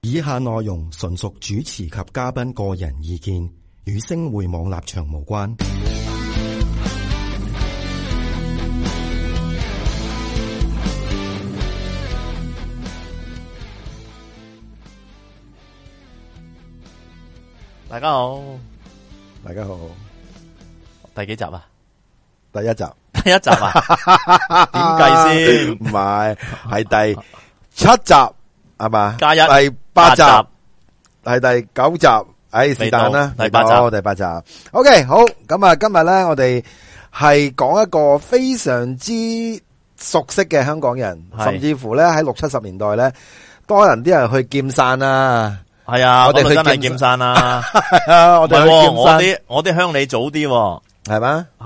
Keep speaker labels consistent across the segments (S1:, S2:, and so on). S1: 以下內容純屬主持及嘉賓個人意見，與星匯網立場無關。
S2: 大家好，
S1: 大家好，
S2: 第幾 集啊？
S1: 第一集啊
S2: 第一 集啊？點計先？
S1: 唔係係第七集係嘛？
S2: 加一
S1: 第八集係第九集，唉是
S2: 嚟到
S1: 但啦，
S2: 第八集
S1: 嚟到第八集。OK，好咁啊，今日咧我哋係講一個非常之熟悉嘅香港人，
S2: 係
S1: 甚至乎咧喺六七十年代咧，多人啲人去劍山啦。
S2: 係啊，
S1: 我
S2: 我
S1: 哋
S2: 哋
S1: 去
S2: 真係
S1: 劍
S2: 劍山啦。
S1: 我
S2: 唔係
S1: 哋
S2: 喎我
S1: 去劍啊
S2: 啲我啲鄉里早啲喎，
S1: 山係嘛？幾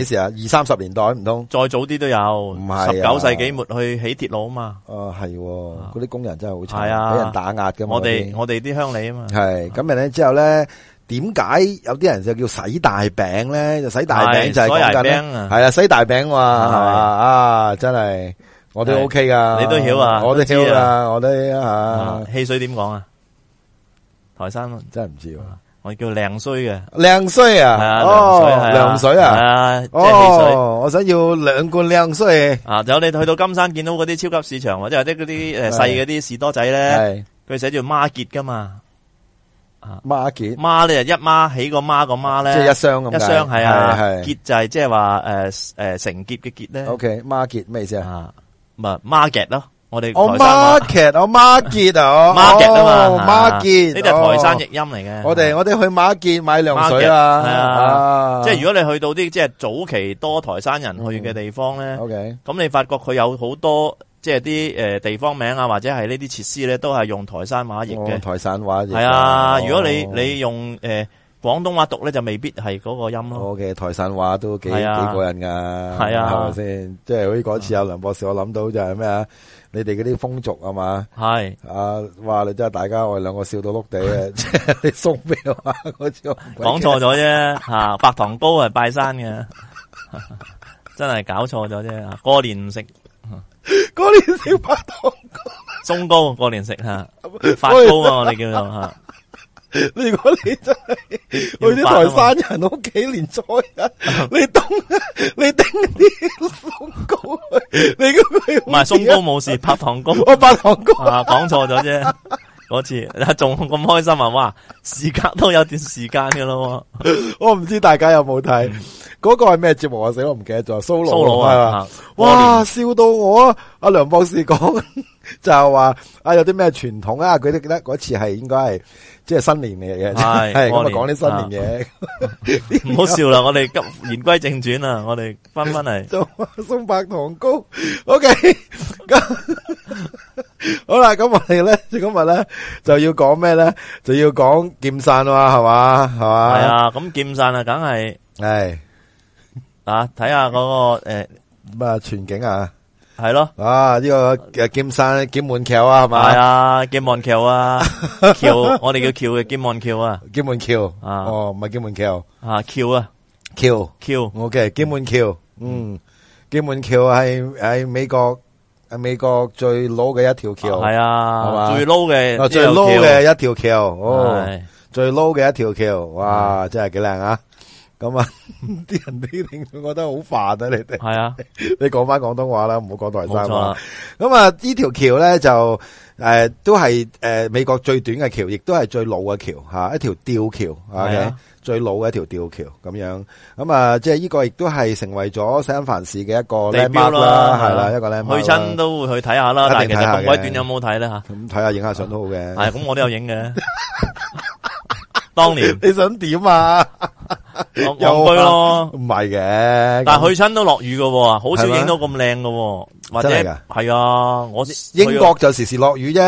S2: 係
S1: 時啊？二三十年代唔通？
S2: 再早啲都有
S1: 唔係啊。
S2: 十九世紀末去起鐵路啊嘛，
S1: 啊，系嗰啲工人真係好
S2: 係
S1: 慘，
S2: 啊
S1: 俾人打壓噶嘛。
S2: 我哋我哋啲鄉里啊嘛，
S1: 系咁，然之後咧，點解有啲人就叫洗大餅咧？就洗大餅
S2: 係
S1: 就係講緊
S2: 所以
S1: 咧，
S2: 係餅啊
S1: 係啦，洗大餅話
S2: 係
S1: 係嘛啊，真係我都
S2: 係
S1: OK 噶，
S2: 你都曉啊
S1: 我都
S2: 都
S1: 曉
S2: 知
S1: 啊，我都
S2: 啊
S1: 啊，
S2: 汽水點講啊？台山
S1: 真係唔知喎。
S2: 我叫靚衰嘅，
S1: 靚水
S2: 係
S1: 啊，
S2: 啊，
S1: 哦，
S2: 涼
S1: 涼
S2: 水
S1: 水
S2: 係啊，係
S1: 啊，
S2: 啊，即係汽水。
S1: 哦，我想要兩罐靚水，
S2: 啊！有你去到金山見到嗰啲超級市場或者有啲嗰啲
S1: 係
S2: 诶細嗰啲士多仔咧，
S1: 係
S2: 佢寫住孖結噶嘛，
S1: 孖件，
S2: 孖咧啊就一孖起個孖個孖
S1: 即係
S2: 咧
S1: 一，箱咁解，
S2: 一箱係啊，
S1: 係
S2: 結就係即呃係話诶诶成結嘅結咧，
S1: ，OK，孖件咩意思啊？
S2: 啊，咪孖結咯，我哋
S1: 我
S2: 台山
S1: market，我 market 啊，
S2: 孖結啊嘛啊
S1: 嘛，market，
S2: 呢啲係台山譯
S1: 哦
S2: 音嚟嘅，
S1: 我哋我哋去 market 買涼水
S2: market，
S1: 啦，
S2: 係啊
S1: 啊，
S2: 即係如果你去到啲即係早期多台山人去嘅地方咧。
S1: OK，
S2: 咁你發覺佢有好多即係啲诶地方名啊，或者係呢啲設施咧，都係用台山話譯
S1: 我
S2: 嘅。
S1: 哦台山話
S2: 係啊，如果你
S1: 哦
S2: 你用诶广东話讀咧，就未必係嗰個音咯。
S1: 我嘅台山話都幾幾
S2: 係啊
S1: 過癮噶，
S2: 係啊
S1: 係咪先？即係好似嗰次阿梁博士，我諗到就係咩啊？你哋嗰啲風俗啊 嘛，
S2: 係
S1: 啊，哇！你真係大家我哋兩個笑到碌地啊！即係你送俾我啊嗰次我唔鬼
S2: 講錯咗啫， 吓白糖糕係拜山嘅， 真係搞錯咗啫。啊過年唔食
S1: 記得，嗰年小白糖，
S2: 松糕，過年食吓發糕啊，我哋叫做吓。
S1: 如果你真 係去
S2: 啊
S1: 啲台山人屋企連初一，你凍你叮啲松糕去，你嗰個
S2: 唔係松糕冇事，白糖糕。
S1: 啊我白糖糕
S2: 啊，讲错咗啫。嗰次 仲咁開心啊！哇，時隔都有段時間嘅咯喎，
S1: 我唔知大家有冇睇嗰個係咩節目啊？死我唔記得咗，solo
S2: 蘇佬
S1: 係嘛
S2: 啊，
S1: 哇，笑到我啊！阿梁博士講 就係話啊，有啲咩傳統啊？佢哋記得嗰次係應該係即係新年嚟嘅，
S2: 係
S1: 係咁啊
S2: 過年
S1: 講啲新年
S2: 過
S1: 哎
S2: 年唔好笑啦！我哋急言歸正傳啦，我哋翻翻嚟
S1: 嘢，就話送白糖糕。OK，咁好啦，咁我哋咧今日咧就要講咩咧？就要講劍散啦，係嘛，係嘛，
S2: 係，啊，咁劍散啊，梗係
S1: 係
S2: 啊，睇下嗰個诶
S1: 咁啊，全景啊！
S2: 係咯，
S1: 啊！呢、個个剑山剑門橋啊，係
S2: 係
S1: 嘛？
S2: 啊，劍岸橋 啊，橋我哋叫橋嘅劍岸橋啊，
S1: 剑門橋
S2: 啊
S1: 哦，唔係剑門橋，
S2: 啊橋啊
S1: 橋
S2: 橋
S1: ，OK，剑門橋，嗯，剑門橋係喺美國喺美國最老嘅一條橋，
S2: 係
S1: 係嘛
S2: 啊，最撈
S1: 啊
S2: 嘅
S1: 最
S2: 呢條
S1: 老
S2: 橋
S1: 嘅一條橋，哦，
S2: 係
S1: 最老嘅一條橋，哇，真係幾靚 啊！咁啊，啲人啲聽眾覺得好煩啊！你哋，
S2: 係啊，
S1: 你講翻廣東話啦，唔好講台
S2: 冇
S1: 山
S2: 錯
S1: 話
S2: 啊。，
S1: 咁啊，呢條橋咧就诶、呃都係诶、呃美國最短嘅橋，亦都係最老嘅橋吓，一條吊橋啊
S2: 係
S1: ，OK，
S2: 啊
S1: 最老嘅一條吊橋咁樣。咁啊，即係呢個亦都係成為咗西安凡市嘅一個
S2: 地
S1: landmark
S2: 標
S1: 啦，
S2: 啦，啊
S1: 係啦，一個 landmark 啦
S2: 去親都會去睇下啦，
S1: 一定
S2: 但係其實
S1: 睇下嘅
S2: 咁鬼短有冇睇咧吓？
S1: 咁睇下影下相都好嘅。
S2: 系咁，我都有影嘅。當年
S1: 你想點啊？
S2: 我
S1: 有啊
S2: 戇居咯，
S1: 唔係嘅，咁
S2: 但係去親都落雨嘅喎，好少
S1: 係咩
S2: 影到咁靚嘅喎，或者
S1: 真係㗎
S2: 係啊，我
S1: 英國就時時落雨啫，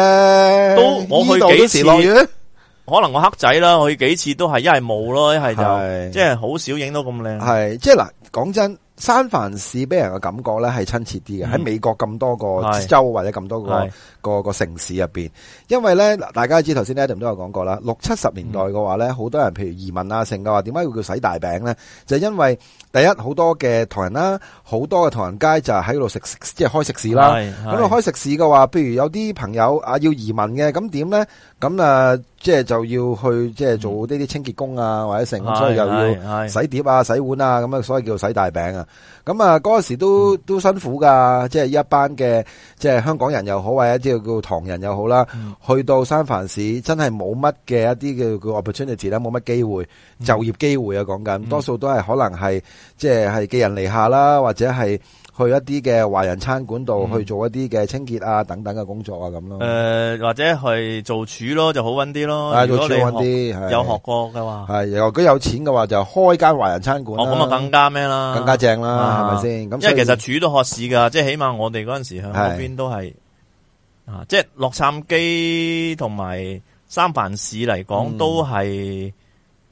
S2: 都我去
S1: 呢度都
S2: 幾
S1: 時
S2: 次
S1: 落雨，
S2: 可能我黑仔啦，去幾次都係一係冇咯，一係就
S1: 係
S2: 即係好少影到咁靚。
S1: 係即係嗱，講真，三藩市俾人嘅感覺咧係親切啲嘅，喺、
S2: 嗯
S1: 美國咁多個
S2: 係
S1: 州或者咁多個
S2: 係
S1: 個個城市入邊，因為咧大家知頭先 Adam 都有講過啦，六七十年代
S2: 嗯
S1: 嘅話咧，好多人譬如移民啊，成嘅話點解會叫洗大餅咧？就因為第一好多嘅唐人啦，好多嘅唐人街就喺度食食即係開食肆啦。
S2: 係，係。
S1: 咁啊開食肆嘅話，譬如有啲朋友啊要移民嘅，咁點咧？咁啊即係就要去即係做呢啲清潔工啊或者成，咁所以又要。
S2: 嗯係，係，係。
S1: 洗碟啊、洗碗啊，咁啊，所以叫洗大餅啊。咁啊，嗰時
S2: 嗯
S1: 都都辛苦噶，即係一班嘅，即係香港人又好，或者即係叫唐人又好啦，
S2: 嗯
S1: 去到三藩市真係冇乜嘅一啲叫叫 opportunity 啦，冇乜機會
S2: 嗯
S1: 就業機會啊，講緊
S2: 嗯
S1: 多數都係可能係即係係寄人籬下啦，或者係去一啲嘅華人餐館度
S2: 嗯
S1: 去做一啲嘅清潔啊等等嘅工作啊咁咯。
S2: 誒，或者係做廚咯，就好搵啲咯，
S1: 啊，做
S2: 如果你
S1: 廚揾啲係
S2: 學-有學過嘅話。
S1: 係，如果有錢嘅話就開間華人餐館啦，
S2: 哦，咁啊更加咩啦。
S1: 更加正啦，係
S2: 啊
S1: 咪先？咁
S2: 因
S1: 所
S2: 為
S1: 以
S2: 其實處都學市噶，即係起碼我哋嗰阵时向嗰邊都係啊，即係洛杉磯同埋三藩市嚟講
S1: 嗯
S2: 都係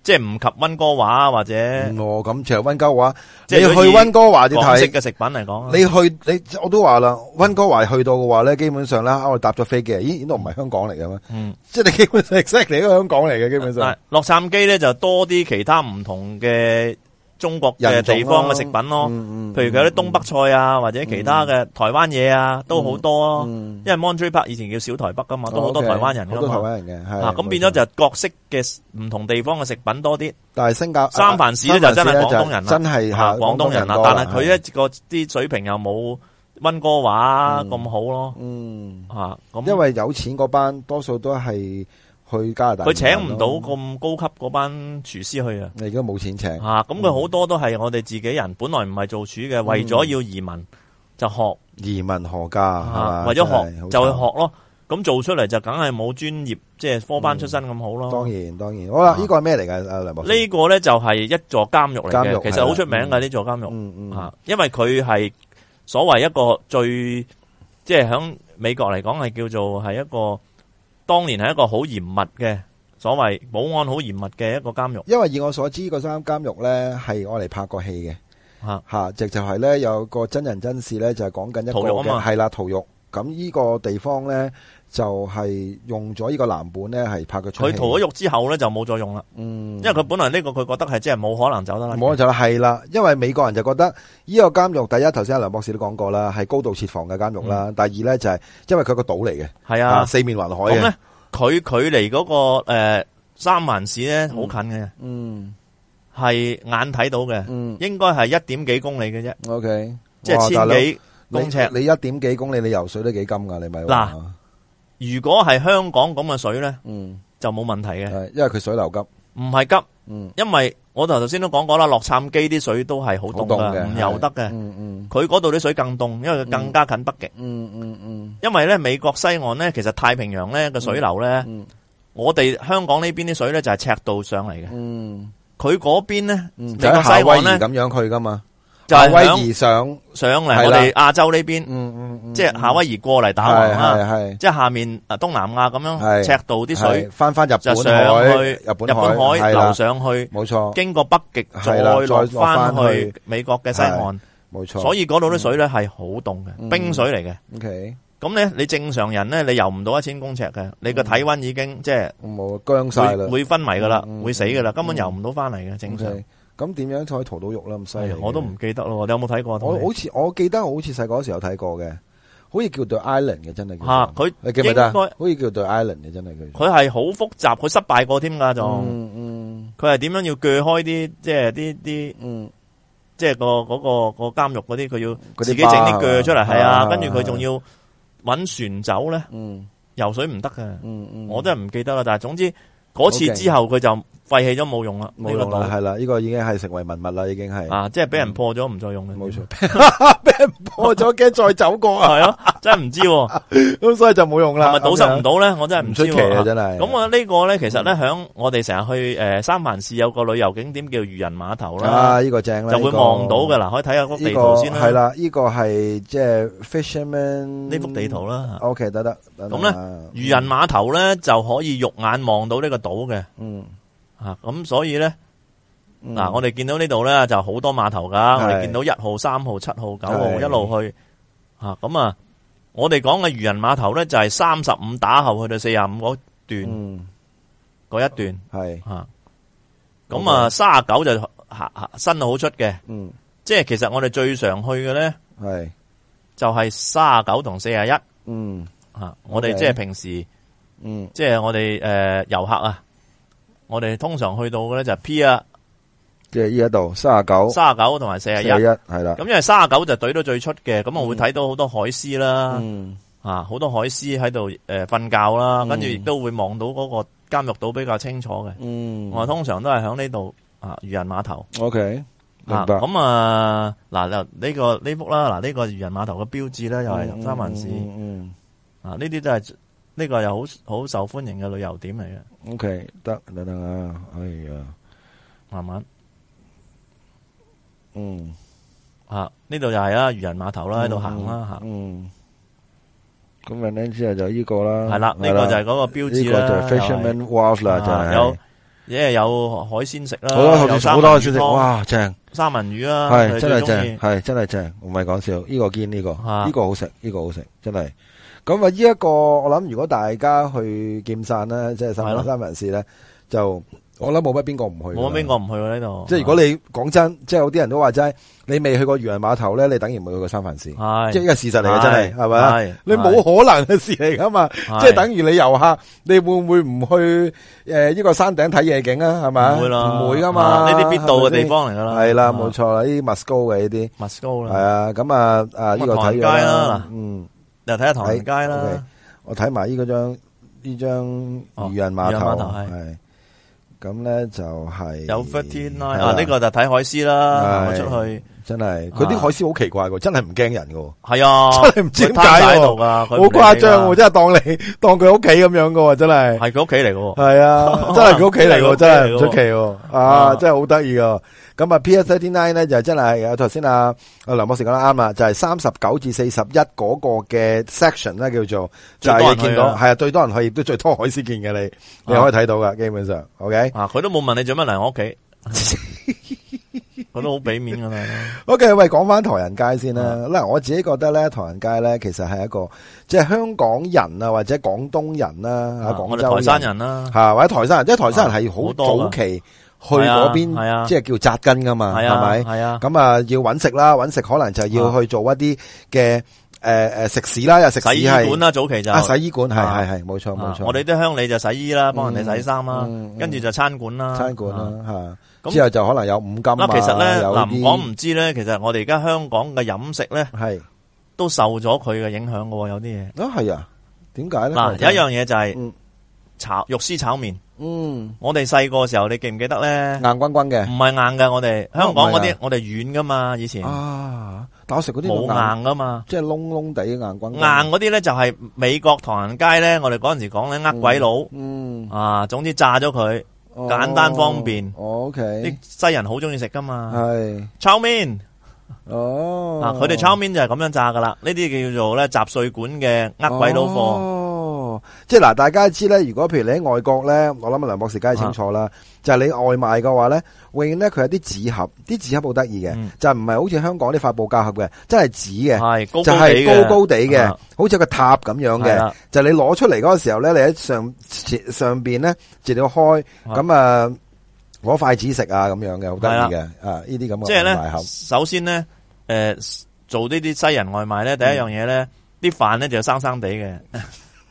S2: 即係唔及温哥華或者
S1: 嗯哦，咁其實温哥華，
S2: 即
S1: 你
S2: 係可以
S1: 去温哥華你
S2: 港式
S1: 睇，
S2: 嘅食品嚟講啊，
S1: 你去你我都話啦，温哥華去到嘅話咧，基本上啦，我搭咗飛機，咦，呢度唔係香港嚟嘅咩？
S2: 嗯，
S1: 即係你基本上 exactly 都係香港嚟嘅，基本
S2: 但係
S1: 上
S2: 洛杉磯咧就多啲其他唔同嘅中國嘅
S1: 人種
S2: 地方嘅食品咯，
S1: 嗯
S2: 譬如有啲東北菜啊，或者其他嘅台灣嘢啊，都好多咯。
S1: 嗯
S2: 因為 Monterey Park 以前叫小台北噶嘛，都好多
S1: 哦，OK，
S2: 台灣人
S1: 好
S2: 噶
S1: 多台
S2: 嘛。
S1: 灣人嘅，係
S2: 啊，咁變咗，就各式嘅唔同地方嘅食品多啲，
S1: 但係新加
S2: 三藩市咧就真
S1: 三
S2: 係
S1: 藩市
S2: 廣東人啦
S1: 真係
S2: 啊
S1: 嚇
S2: 廣東人啦，
S1: 多
S2: 但係佢咧個啲水平又冇温哥華啊咁好咯，
S1: 嗯，
S2: 啊，咁
S1: 因為有錢嗰班多數都係去加拿大，
S2: 佢請唔到，咁高級嗰班廚師去啊，
S1: 你而家冇錢請，
S2: 啊，咁佢好多都係我哋自己人，本來唔係做廚
S1: 嗯
S2: 嘅，為咗要移民就學
S1: 移民何家係
S2: 啊
S1: 嘛，
S2: 為咗
S1: 真係
S2: 學
S1: 好
S2: 就去
S1: 慘
S2: 學咯，咁做出嚟就梗係冇專業即係科班出身咁好咯。
S1: 嗯當然當然，好啦，
S2: 啊
S1: 呢個係咩嚟嘅？啊，梁博士
S2: 呢個咧就係一座監獄嚟
S1: 監
S2: 嘅，
S1: 獄
S2: 其實好出名
S1: 係啦
S2: 嘅呢座監獄。
S1: 嗯嗯
S2: 啊，因为佢系所谓一个最即系响美国嚟讲系叫做系一个当年系一个好严密嘅所谓保安好严密嘅一个监狱
S1: 因为以我所知，嗰三监狱咧系我嚟拍过戏嘅，
S2: 吓，
S1: 吓，直就系咧有个真人真事咧，就系讲紧一个
S2: 屠戮啊嘛
S1: 嘅系啦屠獄。咁呢个地方咧就系用咗呢个藍本咧系拍佢出
S2: 佢
S1: 戲
S2: 逃咗，狱之后咧就冇再用啦，
S1: 嗯，
S2: 因为佢本来呢个佢觉得系即系冇可能走得啦，
S1: 冇就係啦，因為美國人就覺得呢個監獄第一，頭先阿梁博士都講過啦，係高度設防嘅監獄
S2: 嗯
S1: 啦。第二咧就係因為佢個島嚟嘅，
S2: 系
S1: 啊
S2: 啊，
S1: 四面環海
S2: 咁
S1: 嘅，
S2: 咧佢距离嗰个诶三藩市咧好近嘅，
S1: 嗯
S2: 系眼睇到嘅，
S1: 嗯
S2: 应该系一点几公里嘅啫，
S1: ，OK，
S2: 即系
S1: 哇
S2: 千
S1: 大佬
S2: 几公尺。
S1: 你一点几公里，你游水都幾金噶，你咪話
S2: 嗱，如果系香港咁嘅水咧，
S1: 嗯，
S2: 就冇问题嘅。
S1: 係因為佢水流急，
S2: 唔係急，
S1: 嗯，
S2: 因為我頭頭先都講過啦，洛杉磯啲水都係好
S1: 好
S2: 凍
S1: 凍
S2: 噶，
S1: 嘅，
S2: 唔游得嘅。
S1: 嗯嗯
S2: 佢嗰度啲水更凍，因為佢更加近北極。
S1: 嗯嗯嗯
S2: 因為咧美國西岸咧，其實太平洋咧嘅水流咧，
S1: 嗯
S2: 我哋香港呢邊啲水咧就係赤道上嚟嘅。
S1: 嗯
S2: 佢嗰邊咧，
S1: 嗯，
S2: 美
S1: 就
S2: 國
S1: 喺夏
S2: 西
S1: 威
S2: 岸
S1: 夷
S2: 咧
S1: 咁樣去噶嘛，
S2: 就係
S1: 夏威
S2: 響
S1: 夷上，
S2: 上嚟
S1: 係啦
S2: 我哋亞洲呢邊，
S1: 嗯嗯嗯，
S2: 即係夏威夷過嚟打橫啦，
S1: 係係
S2: 即係下面啊東南亞咁樣
S1: 係
S2: 赤道啲
S1: 係
S2: 水
S1: 翻翻日
S2: 就
S1: 本
S2: 上
S1: 海，
S2: 去
S1: 日
S2: 日
S1: 本
S2: 本海
S1: 係啦
S2: 流，上去，
S1: 冇錯
S2: 經過北極再
S1: 係啦
S2: 落
S1: 再落
S2: 翻
S1: 返
S2: 去
S1: 去
S2: 美國嘅西岸。
S1: 冇錯，
S2: 所以嗰度啲水咧係好凍嘅，
S1: 嗯
S2: 冰水嚟嘅。
S1: OK
S2: 咁咧，你正常人咧，你游唔到一千公尺嘅，你個體温已經即係
S1: 冇僵晒啦
S2: 會，會昏迷噶啦，
S1: 嗯嗯
S2: 會死噶啦，
S1: 嗯
S2: 根本游唔到翻嚟嘅。正常，
S1: OK，咁點樣可以逃到肉啦？咁犀
S2: 哎
S1: 利
S2: 呀，我都唔記得咯。你有冇睇過？
S1: 我好似我記得我好似細個嗰時有睇過嘅，好似叫對 Island 嘅真係叫做
S2: 嚇佢
S1: 你記唔記得啊？
S2: 應該
S1: 好似叫對 Island 嘅真係佢。
S2: 佢係好複雜，佢失敗過添噶，仲
S1: 嗯嗯
S2: 佢係點樣要鋸開啲即係啲啲
S1: 嗯，
S2: 即係個嗰個個監獄嗰啲，佢要
S1: 嗰啲
S2: 自己整啲
S1: 疤
S2: 鋸出嚟，
S1: 係嘛
S2: 係啊，
S1: 係
S2: 跟住佢
S1: 係
S2: 仲要揾船走咧，
S1: 嗯
S2: 游水唔得嘅。
S1: 嗯嗯，
S2: 我真係唔記得啦，但係總之嗰次
S1: OK
S2: 之後佢就廢棄咗冇用啦，
S1: 冇
S2: 呢個
S1: 用啦，
S2: 島
S1: 係啦，呢個已經係成為文物啦，已經係
S2: 啊，即係俾人破咗唔再用嘅，
S1: 冇錯， 俾人破咗驚再走過啊，
S2: 係咯，真係唔知 喎，
S1: 咁所以就冇用
S2: 係
S1: 啦，
S2: 咪堵塞唔
S1: 到
S2: 到咧？我真係
S1: 唔
S2: 知
S1: 出奇啊，
S2: 喎。
S1: 真係。嗯
S2: 咁我呢個咧，其實咧，響我哋成日去诶三藩市有個旅遊景點叫漁人碼頭啦，
S1: 啊，呢個正啦，
S2: 就會
S1: 呢個
S2: 望到噶。啦，可以睇下幅地
S1: 呢
S2: 圖
S1: 個
S2: 先啦，
S1: 係，啦，呢個係即係 fisherman
S2: 呢幅地圖。啦。
S1: OK，得得，等等
S2: 咁呢
S1: 啊
S2: 漁人碼頭咧就可以肉眼望到呢個島嘅
S1: 嗯
S2: 啊，咁所以咧嗱，我哋見到呢度咧就好多碼頭噶，
S1: 係
S2: 我哋見到一號、三號、七號、九號
S1: 係
S2: 一路去吓，咁啊，我哋講嘅漁人碼頭咧就係三十五打後去到四十五嗰段
S1: 嗯
S2: 嗰一段
S1: 系
S2: 吓，咁啊三十九就下下新好出嘅，
S1: 嗯
S2: 即係其實我哋最常去嘅咧
S1: 系
S2: 就係三十九同四十一
S1: 嗯
S2: 吓，我哋
S1: OK
S2: 即係平時。
S1: 嗯
S2: 即系我哋诶游客啊，我哋通常去到嘅咧就係 P 啊
S1: 即系依一度三十九
S2: 三十九同埋四
S1: 四
S2: 十一，
S1: 一
S2: 咁
S1: 系啦，
S2: 因為三十九就隊到最出嘅，咁我會睇到好多海獅啦，
S1: 嗯
S2: 啊好多海獅喺度诶瞓覺啦，
S1: 嗯
S2: 跟住亦都會望到嗰個監獄島比較清楚
S1: Ừ.
S2: 嘅。
S1: 嗯
S2: 我通常都係喺呢度啊漁人碼頭
S1: ，OK
S2: 啊，
S1: 明白，
S2: 咁啊嗱嗱呢個呢幅啦，嗱呢個漁人碼頭嘅標誌
S1: Ừ,
S2: 咧又係三藩市
S1: 嗯
S2: 啊，呢啲都係呢個又好好受歡迎嘅旅遊點嚟嘅，
S1: 嗯，OK 得等等啊，哎呀，
S2: 慢慢。
S1: 嗯
S2: 啊，呢度又係啦，漁人碼頭啦，喺度
S1: Ừ.
S2: 行啦
S1: 嗯，咁然之後就依個啦，
S2: 吓，係啦，呢個就係嗰個
S1: 呢
S2: 標誌
S1: 個
S2: 啦，
S1: 就係
S2: 又係
S1: Fisherman Wharf 啦，就
S2: 啊
S1: 係
S2: 有即係有海鮮食啦，
S1: 好多好
S2: 有
S1: 多
S2: 三
S1: 好多
S2: 文
S1: 消
S2: 魚
S1: 息，
S2: 湯、
S1: 哇正！
S2: 三文魚啦，佢
S1: 系
S2: 哋
S1: 真系
S2: 最鍾
S1: 正，
S2: 啊意
S1: 系真系正，唔系讲笑。呢、個个坚呢、個，个，
S2: 啊
S1: 呢、個个好食，呢、個个好食，真系。咁啊，呢一个我谂，如果大家去劍山咧，即系
S2: 係
S1: 三
S2: 咯
S1: 三人士咧，就我諗冇乜邊個唔去㗎啦。
S2: 冇乜邊個唔去喎呢度。
S1: 即係如果你講真，即係有啲人都話齋，你未去過漁人碼頭咧，你等於冇去過三藩市，
S2: 係
S1: 即係呢個事實嚟嘅，真係係咪啊？
S2: 係
S1: 你冇可能嘅事嚟噶嘛？
S2: 係
S1: 即係等於你遊客，你會唔會唔去诶呢個山頂睇夜景啊？係咪啊？
S2: 唔會啦，
S1: 唔會噶嘛？
S2: 啊呢啲必到嘅地
S1: 係咪
S2: 方嚟㗎
S1: 先。
S2: 啦。
S1: 係啦，冇錯啦，呢啲 must go 嘅呢啲。
S2: m u s go
S1: 系
S2: 啦，
S1: 啊，咁啊啊呢个睇咗
S2: 唐人街啦
S1: 嗯，
S2: 又睇下唐人街
S1: 係，OK
S2: 啦，
S1: 我睇埋呢嗰张呢张渔人码
S2: 哦漁人碼
S1: 头
S2: 頭係
S1: 系，咁咧就系
S2: 有 Fifteen Line
S1: 係啦
S2: 啊，呢個就睇海獅啦，
S1: 係
S2: 行出去
S1: 真系佢啲
S2: 啊
S1: 海獅好奇怪喎，真系唔驚人喎，
S2: 係啊，
S1: 真係唔知
S2: 佢
S1: 點
S2: 攤
S1: 解
S2: 晒喺
S1: 喎
S2: 度㗎，
S1: 好
S2: 好
S1: 誇張喎，真係當你當佢屋企咁樣噶喎，真係
S2: 係佢屋企嚟嘅喎。
S1: 係 啊，真係佢屋企嚟喎，
S2: 真
S1: 真係
S2: 係佢
S1: 唔
S2: 屋企嚟喎
S1: 出奇喎，啊，
S2: 啊
S1: 真係好得意噶。咁啊，P.S. thirty nine 咧就真係啊頭先啊啊梁博士講得啱啦，就係三十九至四十一嗰個嘅 section 咧叫做。就係
S2: 最多人
S1: 你
S2: 去
S1: 見到，係啊，最多人去，亦都最多海鮮見嘅你，你可以睇到噶，基本上，OK，OK，、
S2: 啊！佢都冇問你做乜嚟我屋 企，佢都好俾面噶啦。
S1: OK，喂，講翻唐人街先啦。嗱、我自己覺得咧，唐人街咧其實係一個即係香港人啊，或者廣東人啦、啊，
S2: 啊
S1: 廣
S2: 我
S1: 州
S2: 哋台山人啦，
S1: 嚇、或者台山人，即係台山人係
S2: 啊
S1: 好
S2: 好多㗎
S1: 早期去嗰
S2: 係
S1: 邊，
S2: 啊
S1: 即係叫扎根噶嘛，
S2: 係
S1: 係
S2: 啊，
S1: 咪？
S2: 係啊，
S1: 咁啊，要揾食啦，揾食可能就要去做一啲嘅誒誒食肆啦，又食肆
S2: 洗衣
S1: 係
S2: 館啦，早期就
S1: 啊，洗衣館係
S2: 啊
S1: 係係冇錯冇
S2: 啊
S1: 錯，
S2: 我哋啲鄉里就洗衣啦，幫人哋洗衫啦
S1: 嗯嗯，
S2: 跟住就餐館啦，
S1: 餐館
S2: 啊。
S1: 啦嚇，
S2: 咁
S1: 之後就可能有五金啊，
S2: 嗱，其實咧，
S1: 有
S2: 嗱唔
S1: 啲
S2: 講唔知咧，其實我哋而家香港嘅飲食咧，
S1: 系
S2: 都受咗佢嘅影響嘅喎，有啲嘢。
S1: 啊，系啊，点解咧？
S2: 嗱，有一樣嘢就
S1: 嗯
S2: 係炒肉絲炒麵。
S1: 嗯
S2: 我哋細個嘅時候，你記唔記得咧？
S1: 硬棍棍嘅
S2: 唔係硬嘅，我哋香港嗰
S1: 唔係
S2: 啲
S1: 啊，
S2: 我哋軟噶嘛，以前
S1: 啊，但我食嗰啲
S2: 冇，硬噶嘛。
S1: 即系窿窿地硬棍
S2: 硬嗰啲咧就係美國唐人街咧，我哋嗰阵时讲咧呃鬼佬
S1: 嗯，
S2: 啊，總之炸咗佢，簡單哦方便
S1: O K，
S2: 啲西人好中意食噶嘛，
S1: 系
S2: 炒面
S1: 哦，
S2: 啊，佢哋炒面就係咁樣炸噶啦，呢啲叫做咧雜碎館嘅呃鬼佬貨，
S1: 哦，即系嗱，大家知咧，如果譬如你喺外國咧，我諗阿梁博士梗係清楚
S2: 啊
S1: 啦，就係你外賣嘅話咧，永遠咧佢有啲紙盒，啲紙盒好得意嘅，
S2: 嗯
S1: 就唔係好似香港啲發布膠盒嘅，真係紙嘅。
S2: 係高
S1: 就
S2: 高地
S1: 係
S2: 嘅，
S1: 高高地嘅
S2: 啊，
S1: 好似個塔咁樣
S2: 係
S1: 嘅。
S2: 啦
S1: 就你攞出嚟嗰個時候咧，你喺上前上邊咧，直到開
S2: 啊
S1: 咁啊，攞筷子食啊咁樣嘅，好得意嘅啊！呢啲咁嘅
S2: 即係
S1: 外賣
S2: 咧
S1: 盒，
S2: 首先咧，诶，做呢啲西人外賣咧，第一樣嘢咧，啲飯咧就生生地嘅，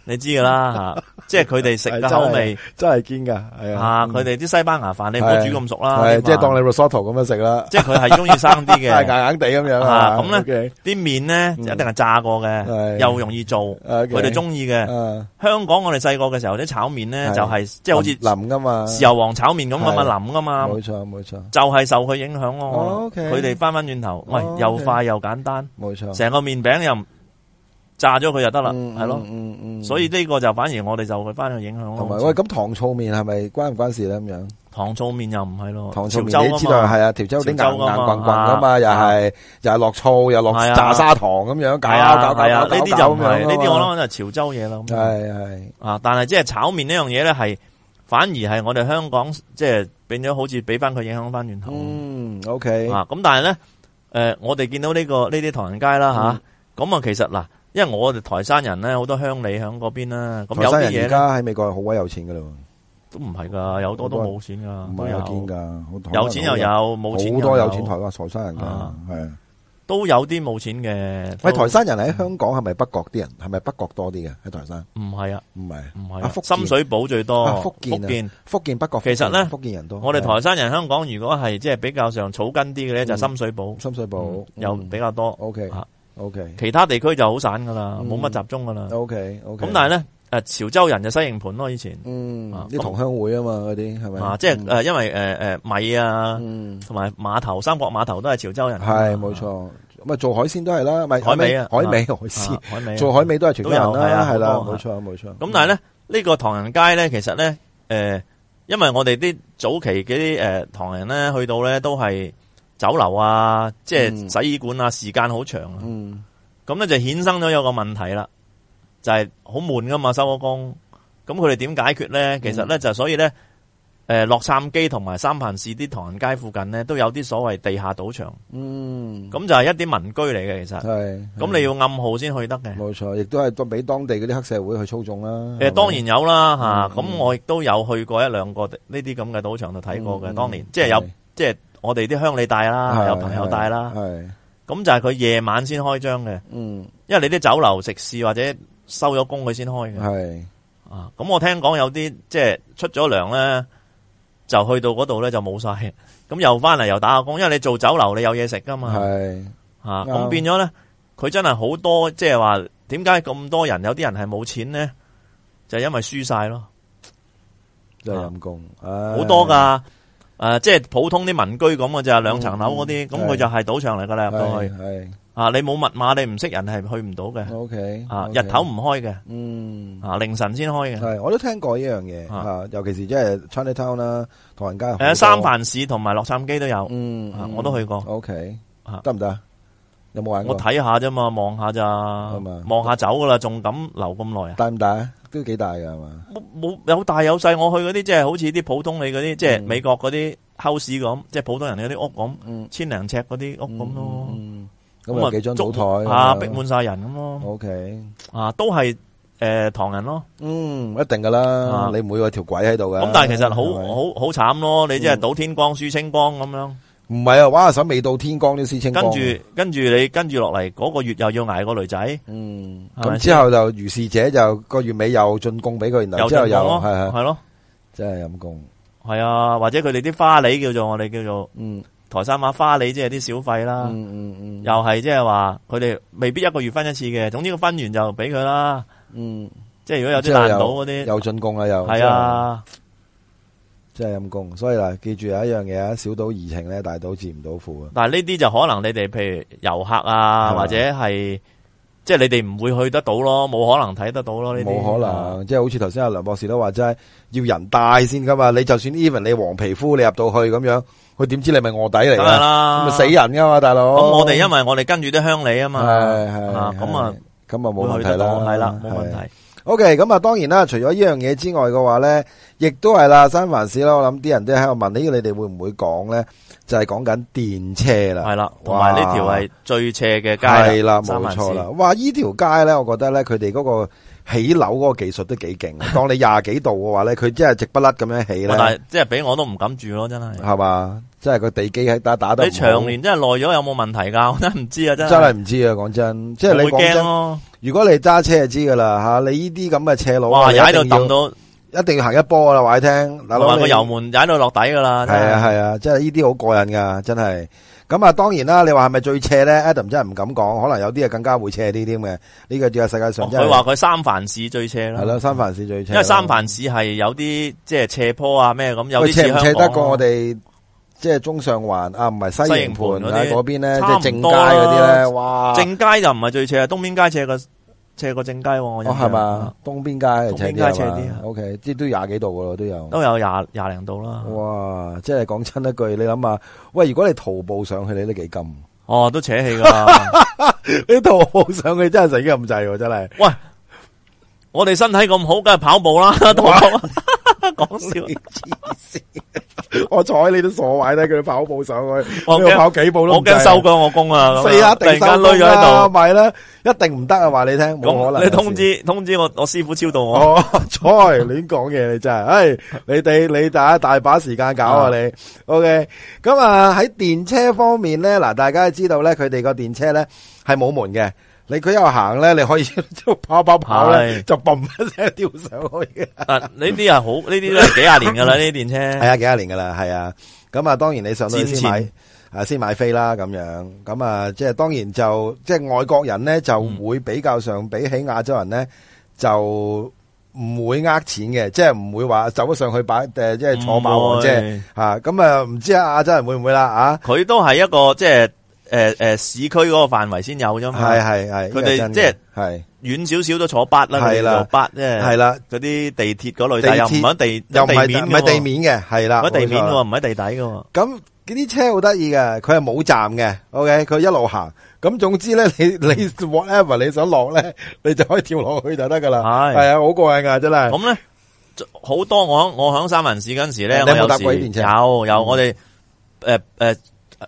S2: 你知噶啦吓，即係佢哋食
S1: 係真
S2: 嘅
S1: 係
S2: 口味
S1: 真係堅㗎，係
S2: 啊，佢哋啲西班牙飯你唔好煮咁熟啦，
S1: 係
S2: 啲
S1: 即係
S2: 飯
S1: 當你 risotto 咁樣食啦，
S2: 即係佢係中意生 啲
S1: 係
S2: 嘅。
S1: 硬硬地咁樣
S2: 啊
S1: 啊。
S2: 咁
S1: 咧
S2: 啲面咧就一定係炸過嘅，
S1: 嗯係
S2: 又容易做，
S1: OK
S2: 佢哋中意嘅。
S1: 啊，
S2: 香港我哋細個嘅時候啲炒面咧
S1: 係
S2: 就係即係好似
S1: 淋噶嘛，
S2: 豉油王炒面咁咁
S1: 係
S2: 啊淋噶嘛，
S1: 冇錯冇錯
S2: 就係受佢影響咯。
S1: 哦
S2: 我
S1: OK
S2: 佢哋翻翻轉頭，喂
S1: 哦
S2: 又
S1: OK
S2: 快又簡單，
S1: 冇錯，
S2: 成個面餅又唔炸咗佢就得啦，
S1: 嗯
S2: 係咯。
S1: 嗯嗯嗯
S2: 所以呢個就反而我哋受佢翻去影響
S1: 同埋
S2: 咯
S1: 喂，。咁糖醋面係咪關唔關事咧咁樣？
S2: 糖醋面又唔係咯，
S1: 糖醋面
S2: 潮州
S1: 你知
S2: 啊
S1: 道
S2: 嘛
S1: 系啊，潮州啲
S2: 潮州
S1: 硬
S2: 㗎嘛
S1: 硬棍棍噶嘛，
S2: 啊
S1: 又係又係落醋，又落
S2: 係啊
S1: 炸砂糖咁樣，搞
S2: 係啊
S1: 搞搞
S2: 係啊
S1: 搞搞啊
S2: 呢啲就唔係，呢啲我
S1: 谂
S2: 諗就係潮州嘢啦。咁樣
S1: 係係
S2: 啊，但係即係炒面呢樣嘢咧係反而係我哋香港即係變咗好似俾翻佢影響翻轉頭。
S1: 嗯，OK，
S2: 啊，咁但系咧，诶、我哋見到呢、個呢啲唐人街啦吓，
S1: 嗯
S2: 咁啊、其實嗱，因為我哋台山人咧好多鄉里喺嗰邊啦，咁
S1: 台
S2: 有啲
S1: 山
S2: 嘢
S1: 人而
S2: 呢
S1: 家喺美國好鬼有錢噶啦，唔
S2: 都唔係㗎，有多都冇錢㗎，都
S1: 係有見
S2: 有
S1: 噶，好台灣人
S2: 有錢又有，冇錢
S1: 好
S2: 又
S1: 多有錢台灣台山人噶，
S2: 啊
S1: 係啊。
S2: 都有啲冇錢嘅。
S1: 喂，
S2: 都
S1: 台山人喺香港係咪北角啲人？係咪北角多啲嘅喺台山？
S2: 唔係啊，
S1: 唔係，
S2: 唔
S1: 啊
S2: 係啊
S1: 福，建
S2: 深水埗最
S1: 啊
S2: 多，
S1: 福建啊
S2: 建。
S1: 福建北角。
S2: 其實呢
S1: 福建人多。
S2: 我哋
S1: 係嗯
S2: 台山人香港如果係即係比較上草根啲嘅咧，就深水埗
S1: 深水埗
S2: 嗯又比較多，
S1: OK
S2: 啊
S1: OK
S2: 其他地區就好散㗎啦，
S1: 嗯
S2: 冇乜集中㗎啦。
S1: OK OK。
S2: 咁但係咧，诶潮州人就西營盤咯，以前。
S1: 嗯，
S2: 啊
S1: 啲
S2: 咁
S1: 同鄉會啊嘛，嗰啲係咪？
S2: 啊，即系
S1: 嗯
S2: 诶，因為诶诶米啊，
S1: 嗯，
S2: 同埋碼頭三角碼頭都係潮州人㗎嘛，
S1: 係冇錯。咁啊，做海鮮都係啦，咪
S2: 海味啊
S1: 海味海
S2: 啊，
S1: 鮮，
S2: 海味啊
S1: 做海味都係全家人
S2: 都有係
S1: 啦，
S2: 啊
S1: 係啦，
S2: 好
S1: 冇
S2: 多
S1: 錯冇錯。
S2: 咁但係咧，呢個唐人街咧，其實咧，诶，因為我哋啲早期嗰啲诶唐人咧，去到咧都係酒樓啊，即
S1: 嗯
S2: 係洗衣館啊，時間好長啊，
S1: 嗯，
S2: 咁咧就衍生咗有個問題啦，就係好悶噶嘛，收咗工，咁佢哋點解決咧？其實咧就所以咧，诶，洛杉磯同埋三藩市啲唐人街附近咧，都有啲所謂地下賭場。
S1: 嗯，
S2: 咁就係一啲民居嚟嘅，其實
S1: 係。
S2: 咁你要暗號先去得 嘅。
S1: 冇錯，亦都係當俾當地嗰啲黑社會去操縱啦。係咪
S2: 誒當然有啦
S1: 嗯
S2: 嚇，咁
S1: 嗯
S2: 我亦都有去過一兩個呢啲咁嘅賭場度睇過嘅。
S1: 嗯
S2: 當年即係有
S1: 係
S2: 即係我哋啲鄉里帶啦，
S1: 係
S2: 有朋友帶啦，
S1: 係
S2: 咁就係佢夜晚先開張嘅，
S1: 嗯
S2: 因為你啲酒樓食肆或者收咗工佢先開嘅。
S1: 係
S2: 啊，咁我聽講有啲即係出咗糧咧，就去到嗰度咧就冇晒，咁又翻嚟又打下工，因為你做酒樓你有嘢食噶嘛。
S1: 係
S2: 啊，
S1: 啱
S2: 咁變咗咧，佢真係好多，即係話點解咁多人，有啲人係冇錢咧，就係因為輸晒咯，
S1: 真係陰公，唉
S2: 好多。噶。诶、即係普通啲民居咁嘅咋，兩層樓嗰
S1: 嗯
S2: 啲，咁佢就係賭場嚟噶啦，入到去
S1: 係
S2: 啊，你冇密碼，你唔識人係去唔到嘅，
S1: 係 OK
S2: 啊，
S1: OK
S2: 日頭唔開嘅，
S1: 嗯。
S2: 啊，凌晨先開嘅，
S1: 系，我都聽過呢樣嘢
S2: 啊
S1: 啊，尤其是即係 Chinatown 啦，唐人街好
S2: 诶、
S1: 多。
S2: 三藩市同埋洛杉磯都有，
S1: 嗯，
S2: 啊
S1: 嗯，
S2: 我都去過，
S1: O K，
S2: 啊
S1: 得唔得？有冇玩
S2: 我
S1: 過？
S2: 睇下啫嘛，望下咋，
S1: 嘛
S2: 望下走噶啦，仲敢留咁耐啊？
S1: 大唔大？都幾大噶係嘛？
S2: 冇冇有大有細，我去嗰啲即係好似啲普通你嗰啲，即係
S1: 嗯
S2: 美國嗰啲 house 咁，即係普通人嗰啲屋咁，
S1: 嗯，
S2: 千零尺嗰啲屋咁咯。
S1: 嗯。嗯咁啊，幾張
S2: 足
S1: 賭台
S2: 啊，逼滿晒人咁咯，
S1: O K，
S2: 啊，都係诶唐人咯。
S1: 嗯，一定噶啦
S2: 啊，
S1: 你唔會有條鬼喺度嘅。
S2: 咁但係其實好
S1: 係咪
S2: 好好慘咯，你即係
S1: 嗯
S2: 賭天光輸清光咁樣，
S1: 唔係啊，哇！手未到天光都先清
S2: 跟
S1: 光。
S2: 住跟住你跟住落嚟嗰個月又要捱個女仔，
S1: 嗯，
S2: 係
S1: 咁
S2: 咪先
S1: 之後就如是者就個月尾又進貢俾佢，然後
S2: 又
S1: 之後又
S2: 進攻咯，
S1: 係係，
S2: 係咯，
S1: 真係陰公。
S2: 係啊，或者佢哋啲花禮叫做我哋叫做
S1: 嗯
S2: 台山話花禮，即係啲小費啦。
S1: 嗯嗯
S2: 又
S1: 嗯，
S2: 係即係話佢哋未必一個月分一次嘅，總之佢分完就俾佢啦。
S1: 嗯，
S2: 即係如果有
S1: 即
S2: 啲
S1: 係
S2: 難
S1: 又
S2: 到嗰啲，
S1: 又進貢啦又。
S2: 啊係啊，
S1: 真係陰公，所以嗱，記住有一樣嘢啊，小賭怡情咧，大賭治唔到富啊。
S2: 但係呢啲就可能你哋譬如遊客啊，
S1: 係
S2: 或者係即係你哋唔會去得到咯，冇可能睇得到咯呢啲。啊
S1: 冇可能，即係好似頭先阿梁博士都話，真係要人帶先噶嘛。你就算 even 你黃皮膚，你入到去咁樣，佢點知你咪卧底嚟
S2: 梗係
S1: 㗎？咁
S2: 啦，
S1: 咪死人噶嘛，大佬。
S2: 咁我哋因為我哋跟住啲鄉里啊嘛，
S1: 係係
S2: 啊咁啊
S1: 係咁啊冇問
S2: 會去
S1: 題
S2: 得
S1: 啦，
S2: 到係啦，冇問
S1: 係
S2: 題。
S1: OK，咁啊，當然啦，除咗呢樣嘢之外嘅話咧，亦都係啦，三藩市啦，我諗啲人都喺度問呢個你哋會唔會講咧？就係講緊電車啦，
S2: 係啦，同埋呢條係最斜嘅街
S1: 係啦，
S2: 三
S1: 冇
S2: 藩市
S1: 錯啦。哇，呢條街咧，我覺得咧，佢哋嗰個起樓嗰個技術都幾勁。當你廿幾度嘅話咧，佢真係直不甩咁樣起咧，
S2: 但係即係俾我都唔敢住咯，真係。
S1: 係嘛？真係個地基喺打打得唔好
S2: 你長年真係耐咗有冇問題㗎？我真係唔知啊，真
S1: 真
S2: 係。
S1: 係唔知啊，講真，即係你
S2: 我會
S1: 講
S2: 驚
S1: 真，
S2: 咯，
S1: 如果你揸車就知噶啦吓，你呢啲咁嘅斜路，
S2: 哇！
S1: 你一定
S2: 踩到
S1: 要
S2: 揼到，
S1: 一定要行一波啦，話你聽，大
S2: 同
S1: 佬
S2: 埋
S1: 你
S2: 個油門踩到落底噶啦，
S1: 系啊系啊，即系呢啲好過癮噶，真係。咁啊，當然啦，你話係咪最斜咧？Adam 真係唔敢講，可能有啲啊更加會斜啲添嘅。呢、個只係世界
S2: 真係。
S1: 上真
S2: 哦佢
S1: 係
S2: 話佢三藩市最斜啦，
S1: 係啦，三藩市最斜
S2: 因
S1: 啦。
S2: 為三藩市係有啲即係斜坡啊咩咁，有
S1: 喂
S2: 啲似
S1: 斜唔
S2: 香港
S1: 斜得過我哋即係中上環啊？唔係西營
S2: 西
S1: 盤
S2: 營
S1: 啊
S2: 盤嗰啲
S1: 嗰邊咧，即
S2: 差唔多啦
S1: 係正街嗰啲咧，哇！
S2: 哦正街就唔係最斜，東邊街斜個斜個正街喎，我
S1: 哦
S2: 印
S1: 係
S2: 象
S1: 嘛，東邊街係斜啲
S2: 東邊街斜
S1: 係
S2: 啲
S1: 嘛
S2: 啊哦
S1: ？OK，即係都廿幾度噶咯，都有。
S2: 都有廿廿零度
S1: 哦
S2: 啦。
S1: 哇！即係講真一句，你諗下，喂，如果你徒步上去，你都幾金。
S2: 哦，都扯氣 噶。
S1: 你徒步上去真係死 咁滯喎，真係。
S2: 我哋身體咁好，梗係跑步啦，徒步啦讲笑，
S1: 黐线！我睬你都傻坏啦，佢跑步上去，
S2: 我
S1: 你要
S2: 驚
S1: 跑几步都
S2: 我
S1: 唔制啊
S2: 惊收咗我工啊！咁樣
S1: 四啊，一
S2: 突
S1: 定
S2: 然
S1: 收
S2: 间
S1: 工
S2: 攞咗喺
S1: 啦，
S2: 度，
S1: 咪啦，一定唔得啊！话你听，冇可能嘅
S2: 咁你
S1: 事。
S2: 通知通知我，我师傅超度我。
S1: 哦， 菜乱讲嘢你真系，唉，你哋你大家大把时间搞啊
S2: 啊
S1: 你，OK，咁啊喺电车方面咧，嗱大家知道咧，佢哋个电车咧系冇门嘅，你佢一路行咧，你可以 跑跑跑咧，
S2: 係
S1: 就嘣一声跳上去嘅，
S2: 啊！呢啲係好，呢啲都係幾廿年 噶啦，呢啲電
S1: 系
S2: 車。
S1: 啊，几多年噶啦，系啊，咁啊，当然你上到去
S2: 戰
S1: 先
S2: 前
S1: 买啊，先买飞啦，咁样，咁啊，即系当然就即系外国人咧就
S2: 嗯
S1: 会比较上比起亚洲人咧就。唔會呃錢嘅，即係唔會話走咗上去擺誒，即係坐霸王啫
S2: 唔
S1: 嚇。咁啊，唔知啊亞洲人會唔會啦啊？
S2: 佢都係一個即係诶诶市區嗰個範圍先有啫嘛。
S1: 係係係，呢個
S2: 佢哋
S1: 真嘅
S2: 即係
S1: 係
S2: 遠少少都坐八啦，佢
S1: 係
S2: 哋
S1: 啦
S2: 坐八即係
S1: 係啦，
S2: 嗰啲地鐵嗰
S1: 地
S2: 類，但又唔
S1: 鐵
S2: 喺地
S1: 又唔係
S2: 面㗎
S1: 唔
S2: 喎
S1: 係地，面嘅，係
S2: 唔
S1: 啦，
S2: 喺地面
S1: 冇錯
S2: 喎，唔喺地底嘅喎。
S1: 咁嗰啲車好得意嘅，佢係冇站嘅，OK，佢一路行。咁總之咧，你你 whatever 你想落咧，你就可以跳落去就得噶啦。
S2: 係
S1: 係啊，好過癮噶，真係。
S2: 咁咧好多我響我響三藩市嗰陣時咧，
S1: 你
S2: 我
S1: 有冇
S2: 有
S1: 搭
S2: 時
S1: 過呢電車
S2: 有有
S1: 嗯
S2: 我哋诶诶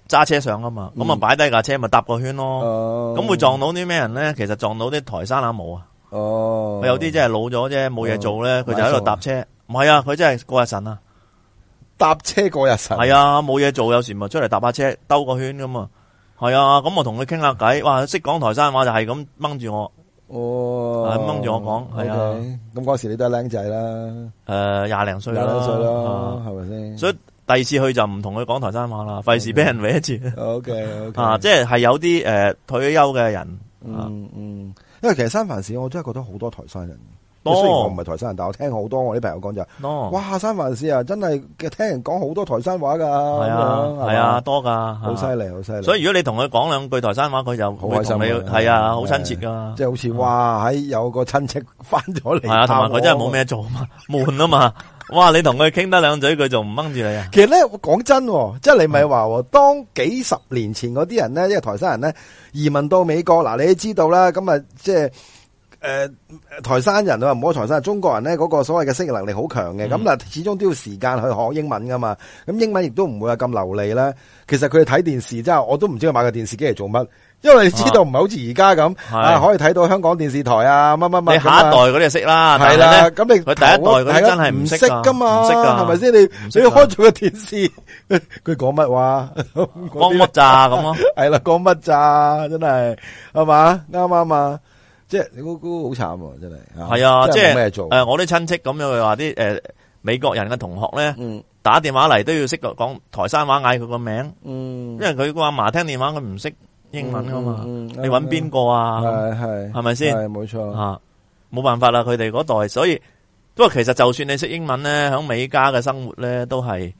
S2: 揸車上啊嘛，咁啊
S1: 嗯
S2: 擺低架車咪搭個圈咯。
S1: 哦
S2: 咁會撞到啲咩人咧？其實撞到啲台山阿母啊。
S1: 哦，
S2: 有啲真係老咗啫，冇嘢做咧，佢就喺度搭車。唔係啊，佢真係過日神啊，
S1: 搭車過日神。
S2: 係啊，冇嘢做，有時咪出嚟搭下車，兜個圈咁啊。係啊，咁我同佢傾下偈，哇，識講台山話就係咁掹住我。
S1: 哦，
S2: 係掹住我講係啊
S1: OK，咁嗰時你都係僆仔啦，
S2: 诶，呃廿零歲
S1: 廿
S2: 啦，
S1: 零歲啦，
S2: 啊
S1: 係咪先？
S2: 所以第二次去就唔同佢講台山話啦，
S1: 嗯
S2: 費事俾人搲 住
S1: OK OK
S2: 啊。即係係有啲诶退休嘅人啊
S1: 嗯嗯，因為其實三藩市我真係覺得好多台山人。雖然我唔係
S2: 多
S1: 台山人，但我聽好多我啲朋友講就係
S2: 多，
S1: 哇！三藩市啊，真係嘅聽人講好多台山話㗎，咁
S2: 係
S1: 樣
S2: 啊係啊，，多噶，
S1: 係嘛好犀利，好犀利。
S2: 所以如果你同佢講兩句台山話，佢就
S1: 好
S2: 會
S1: 開心
S2: 同你
S1: 啊
S2: 係啊，好親切
S1: 係
S2: 噶
S1: 即。係好似哇，喺有個親戚翻咗嚟，
S2: 系啊啊，同埋佢真系冇。咩做啊嘛， 悶啊嘛，哇！你同佢傾得兩嘴，佢仲唔掹住你啊？
S1: 其實咧，我講真喎，即係你咪話喎，當幾十年前嗰啲人咧，因為台山人咧移民到美國，嗱你都知道啦，咁啊即係。诶、台山人啊，唔好話台山人，中國人咧嗰個所謂嘅適應能力好強嘅，咁
S2: 嗯
S1: 嗱、始終都要時間去學英文噶嘛，咁英文亦都唔會話咁流利啦。其實佢哋睇電視真係，我都唔知佢買個電視機嚟做乜，因為你知道唔係好似而家咁
S2: 係
S1: 啊，可以睇到香港電視台啊，乜乜乜咁啊。
S2: 你下一代嗰啲就識啦，
S1: 系
S2: 但
S1: 啦，
S2: 係
S1: 咁你
S2: 佢第一代嗰啲真係唔識㗎
S1: 識噶嘛，
S2: 唔識㗎
S1: 係咪先？你
S2: 唔識㗎
S1: 你開住個電視， 佢講 乜話？
S2: 光乜咋咁咯？
S1: 係啦，講乜咋？真係係嘛？啱啱啊！即係你估估好慘喎，真係
S2: 係啊，即
S1: 係冇
S2: 係
S1: 咩做。
S2: 诶，我啲親戚咁樣佢話啲诶美國人嘅同學咧，
S1: 嗯
S2: 打電話嚟都要識講台山話，嗌佢個名，
S1: 嗯
S2: 因為佢個阿嫲聽電話，佢唔識英文噶嘛。你揾邊
S1: 個
S2: 個啊？
S1: 係係
S2: 係咪先
S1: 係冇錯。
S2: 啊，冇辦法啦，佢哋嗰代，所以不過其實就算你識英文咧，喺美加嘅生活咧都係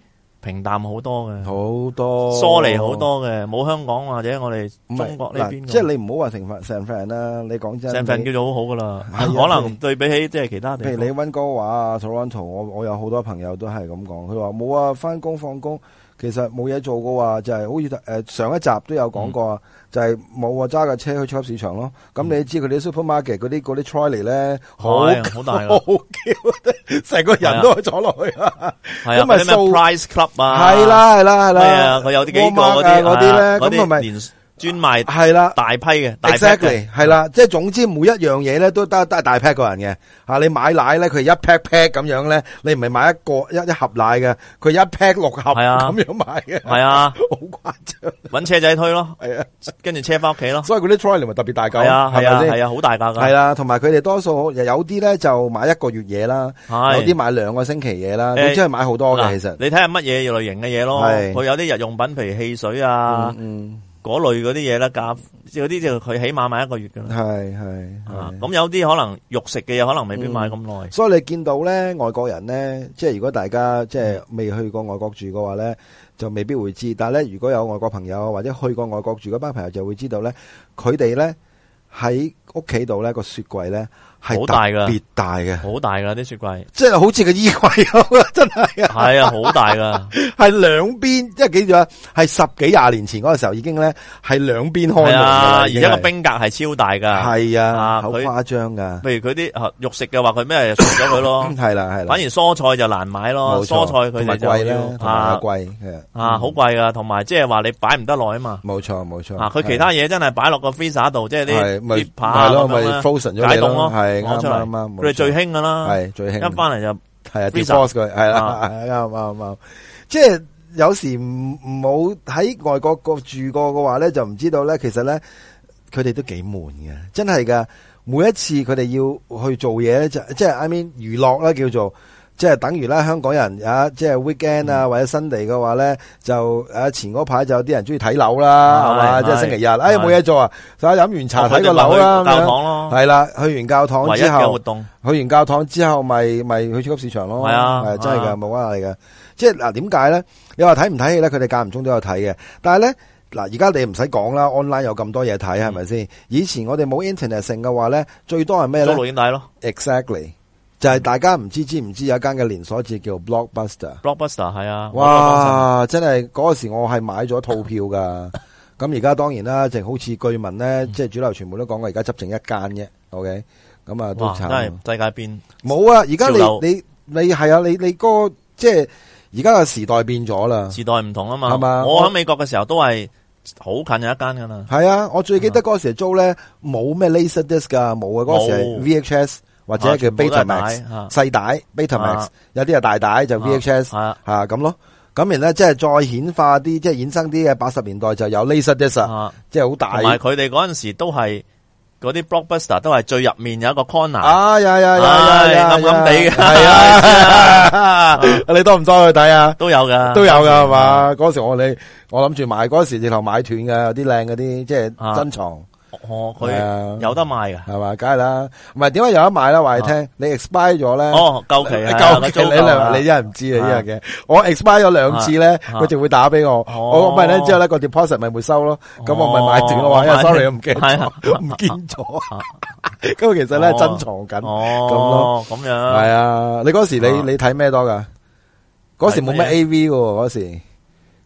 S2: 平淡好多嘅。
S1: 好多
S2: 疏離好，多嘅，冇香港或者我哋
S1: 唔係
S2: 中國呢邊
S1: 嗱
S2: 咁。
S1: 即係你唔好話成份成份人啦。你講真，
S2: 成份
S1: 你
S2: 叫做好好噶啦，
S1: 係啊
S2: 可能對比起即係其他地
S1: 譬如
S2: 方
S1: 你，温哥華啊、Toronto，我我有好多朋友都係咁講，佢話冇啊，翻工放工，其實冇嘢做嘅話，就係、好似誒、呃上一集都有講過
S2: 嗯
S1: 啊，就係冇啊揸架車去超級市場咯。咁你知佢哋 supermarket 嗰啲嗰啲 trolley 咧，好
S2: 係好大
S1: 好
S2: 啦，
S1: 叫，啊成個人都可以坐落去啊！
S2: 係啊，
S1: 因為
S2: 嗰啲咩
S1: 數
S2: Price Club 啊，
S1: 係，啦係啦係
S2: 咩啊，
S1: 啦，
S2: 佢有啲幾個
S1: Walmart 啊
S2: 嗰啲
S1: 嗰啲
S2: 啊
S1: 咧，咁
S2: 嗰
S1: 係
S2: 啲
S1: 咪
S2: 連專賣
S1: 係啦？
S2: 大批嘅，大批嘅
S1: exactly 系啦，即系总之每一樣嘢咧都得得大 pack 個人嘅吓、啊你買奶咧，佢係一 pack pack 咁樣咧，你唔係買一個一一盒奶嘅，佢一 pack 六盒
S2: 係啊
S1: 咁樣買嘅，
S2: 係啊，
S1: 好誇張，
S2: 揾車仔推咯，
S1: 係啊，
S2: 跟住車翻屋企咯，
S1: 所以嗰啲 trolley 咪特別大嚿，
S2: 係啊，係
S1: 係
S2: 啊，
S1: 咪
S2: 係
S1: 先？
S2: 啊，好大價
S1: 係
S2: 㗎，
S1: 啦，同埋佢哋多數有啲咧就買一個月嘢啦，有啲
S2: 係。
S1: 買兩個星期嘢啦，
S2: 誒
S1: 你真係買好多
S2: 嗱
S1: 嘅其實，
S2: 你睇下乜嘢類型嘅嘢咯，
S1: 係
S2: 佢有啲日用品，譬如汽水啊
S1: 嗯，
S2: 嗰類嗰啲嘢啦，咖嗰啲就佢起碼買一個月㗎啦。
S1: 係係
S2: 啊
S1: 係。
S2: 咁有啲可能肉食嘅嘢，可能未必買咁耐。
S1: 所以你見到咧外國人咧，即係如果大家即係未去過外國住嘅話咧，就未必會知。但係咧，如果有外國朋友或者去過外國住嗰班朋友，就會知道咧，佢哋咧喺屋企度咧個雪櫃咧係
S2: 好大㗎
S1: 特別大嘅，
S2: 好大噶啲雪櫃，
S1: 即係好似個衣櫃咁啊！ 真係啊，
S2: 係啊，好大噶，
S1: 係兩邊，即係幾多？係十幾廿年前嗰個時候已經咧係兩邊開門㗎
S2: 係
S1: 啦
S2: 啊，而
S1: 已經
S2: 家
S1: 係
S2: 個冰格係超大噶，
S1: 係啊，
S2: 啊
S1: 好
S2: 佢
S1: 誇張噶，
S2: 譬如佢啲啊肉食嘅話，佢咩就熟咗佢咯，
S1: 係啦係啦
S2: 反，而蔬菜就難買咯，
S1: 冇
S2: 蔬
S1: 錯
S2: 菜佢
S1: 同
S2: 哋
S1: 埋
S2: 就
S1: 貴啦，
S2: 要
S1: 同埋
S2: 啊
S1: 貴嗯係
S2: 啊好貴噶，同埋即係話你擺唔得耐啊嘛，
S1: 冇錯冇錯
S2: 啊佢其他嘢真係擺落個 freezer 度，即係
S1: 嗯係
S2: 啲
S1: 咪
S2: 啲扒
S1: 係咯，咪
S2: 咁樣咧
S1: frozen 咗
S2: 解
S1: 你
S2: 凍
S1: 咯，
S2: 咯
S1: 係啱
S2: 攞出嚟
S1: 啱啱，
S2: 佢哋最興噶啦，
S1: 係最
S2: 一
S1: 興
S2: 翻嚟就
S1: 系啊
S2: Freezer
S1: ，divorce 佢系啦，
S2: 啊
S1: 係啱啱啱，即系有时唔冇喺外国個住過嘅話咧，就唔知道咧，其實咧佢哋都幾悶嘅，真係噶。每一次佢哋要去做嘢咧，就即係 I mean 娛樂啦，叫做即係等於啦，香港人啊，即係 weekend
S2: 嗯
S1: 啊或者新地嘅話咧，就诶前嗰排就有啲人中意睇樓啦，係嘛，
S2: 啊係
S1: 即係星期日，哎
S2: 係
S1: 冇嘢做啊，就飲完茶睇個樓啦，
S2: 教堂
S1: 咁
S2: 咯，
S1: 係啦，去完教堂
S2: 唯一
S1: 之
S2: 嘅
S1: 後
S2: 活。動
S1: 去完教堂之後，咪咪去超級市場咯。
S2: 係啊
S1: 係真係
S2: 係
S1: 噶，
S2: 啊
S1: 冇關係嘅。即係嗱，點解咧？你話睇唔睇戲咧？佢哋間唔中都有睇嘅。但係咧，嗱，而家你唔使講啦，online 有咁多嘢睇，係
S2: 嗯
S1: 咪先？以前我哋冇 internet 性嘅話咧，最多係咩
S2: 租
S1: 咧
S2: 錄影帶咯
S1: ？Exactly，就係大家唔知知唔知有一間嘅連鎖字叫 Blockbuster。
S2: ，Blockbuster 係啊，
S1: 哇！真係嗰時我係買咗套票噶。 咁而家當然啦，淨好似據聞咧，
S2: 嗯
S1: 即係主流傳媒都講過，而家執剩一間啫。OK，咁啊都
S2: 哇，
S1: 慘
S2: 真
S1: 啊。
S2: 係世界變，
S1: 冇啊！而家
S2: 潮流
S1: 你你你系啊！你你嗰個即係而家嘅時代變咗啦。
S2: 時代唔同啊嘛
S1: 係嘛，
S2: 我
S1: 我
S2: 喺美國嘅時候都係好近有一間噶啦，
S1: 係啊，我最記得嗰時租咧冇咩 laser disc 噶，冇啊！嗰時係
S2: 冇
S1: VHS 或者
S2: 啊
S1: 叫
S2: 全部都
S1: Betamax
S2: 係帶啊
S1: 細帶 Betamax，
S2: 啊
S1: 有啲係大帶就 VHS
S2: 係啊。
S1: 吓咁咯。咁然咧，即係再顯化啲，即係衍生啲嘅八十年代就有 laser disc，啊
S2: 啊，
S1: 即係好
S2: 同埋
S1: 大
S2: 佢哋嗰阵时都係嗰啲 blockbuster 都係最入面有一個 corner，
S1: 啊！呀呀呀
S2: 唉
S1: 呀呀，
S2: 暗暗地嘅
S1: 係 啊！ 你多唔多去睇啊？
S2: 都有噶，
S1: 都有噶系嘛？
S2: 啊
S1: 嗰時我哋我諗住買嗰時直頭買斷噶，有啲靚嗰啲即係
S2: 啊
S1: 珍藏，
S2: 哦，
S1: 係
S2: 佢
S1: 啊
S2: 有得賣噶。
S1: 係嘛？梗係啦，唔係點解有得買啦？話你聽，你 expire 咗咧，
S2: 啊哦，夠期係 啊
S1: 夠期
S2: 夠
S1: 你
S2: 夠啊
S1: 兩你真係唔知啊
S2: 啊
S1: 呢樣嘢。我 expire 咗兩次咧，
S2: 啊
S1: 佢就會打俾我，我
S2: 哦
S1: 問咧之後咧個 deposit 咪會收咯，咁我咪買斷咯。
S2: 哦
S1: 話哎呀
S2: 買
S1: sorry，我唔記得
S2: 係
S1: 咗
S2: 啊，
S1: 唔見咗。咁其實咧
S2: 哦
S1: 珍藏緊，
S2: 哦，咁
S1: 係
S2: 樣
S1: 啊。你嗰時
S2: 啊
S1: 你你睇咩多噶？嗰時冇乜
S2: 睇
S1: A V 嘅喎，嗰時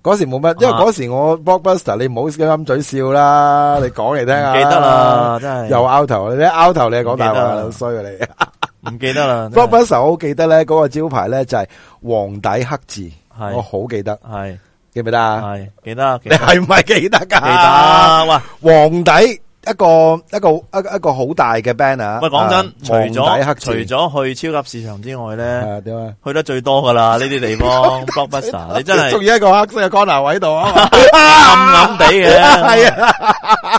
S1: 嗰時冇乜，因為
S2: 啊
S1: 嗰時我 blockbuster，你唔好陰嘴笑 啦，你講嚟聽
S2: 唔
S1: 下。
S2: 記得，
S1: 啊
S2: 啦，真係
S1: 又 out 頭，你一 out 頭你係講大話啦，
S2: 唔記得啦
S1: 衰 啊你。
S2: 唔記得啦。真係
S1: blockbuster 我好記得咧，嗰個招牌咧就係黃底黑字，我
S2: 係
S1: 好記得，
S2: 係
S1: 記唔記得啊？
S2: 係記得記
S1: 你
S2: 得
S1: 係唔係記得㗎？
S2: 記得，哇！
S1: 黃底一個一個一一個好大嘅 banner。
S2: 喂，講
S1: 啊
S2: 真，除
S1: 黃底黑
S2: 咗除
S1: 字
S2: 咗去超級市場之外咧，
S1: 啊點啊？
S2: 去得最多噶啦呢啲地方，blockbuster 啊你真 係
S1: 仲要一個黑色嘅 corner 位度啊嘛！
S2: 暗暗地 嘅，
S1: 係啊。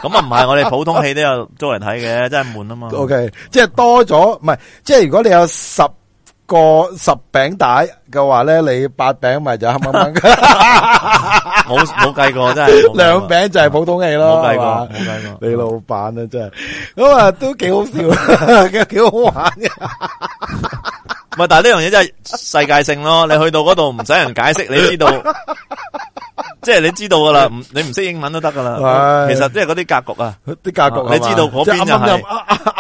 S2: 咁啊唔係我哋普通戲都有租嚟睇嘅，真係悶啊嘛。
S1: O K，即系多咗，唔系，即系如果你有十个十饼带嘅话咧，你八饼咪就黑 掹掹，
S2: 冇冇計過真係冇計過
S1: 两饼就系普通戏咯，
S2: 冇
S1: 係
S2: 計嗯過
S1: 嘛
S2: 冇計過
S1: 你老板啊，真系咁啊，都几好笑， 几好玩嘅。
S2: 唔係，但系呢樣嘢真係世界性咯。你去到嗰度唔使人解釋，你知道，即係你知道噶啦，唔你唔識英文都得噶啦。
S1: 係
S2: 其實即係嗰啲格局啊，
S1: 啲格局
S2: 你知道嗰邊
S1: 边
S2: 就係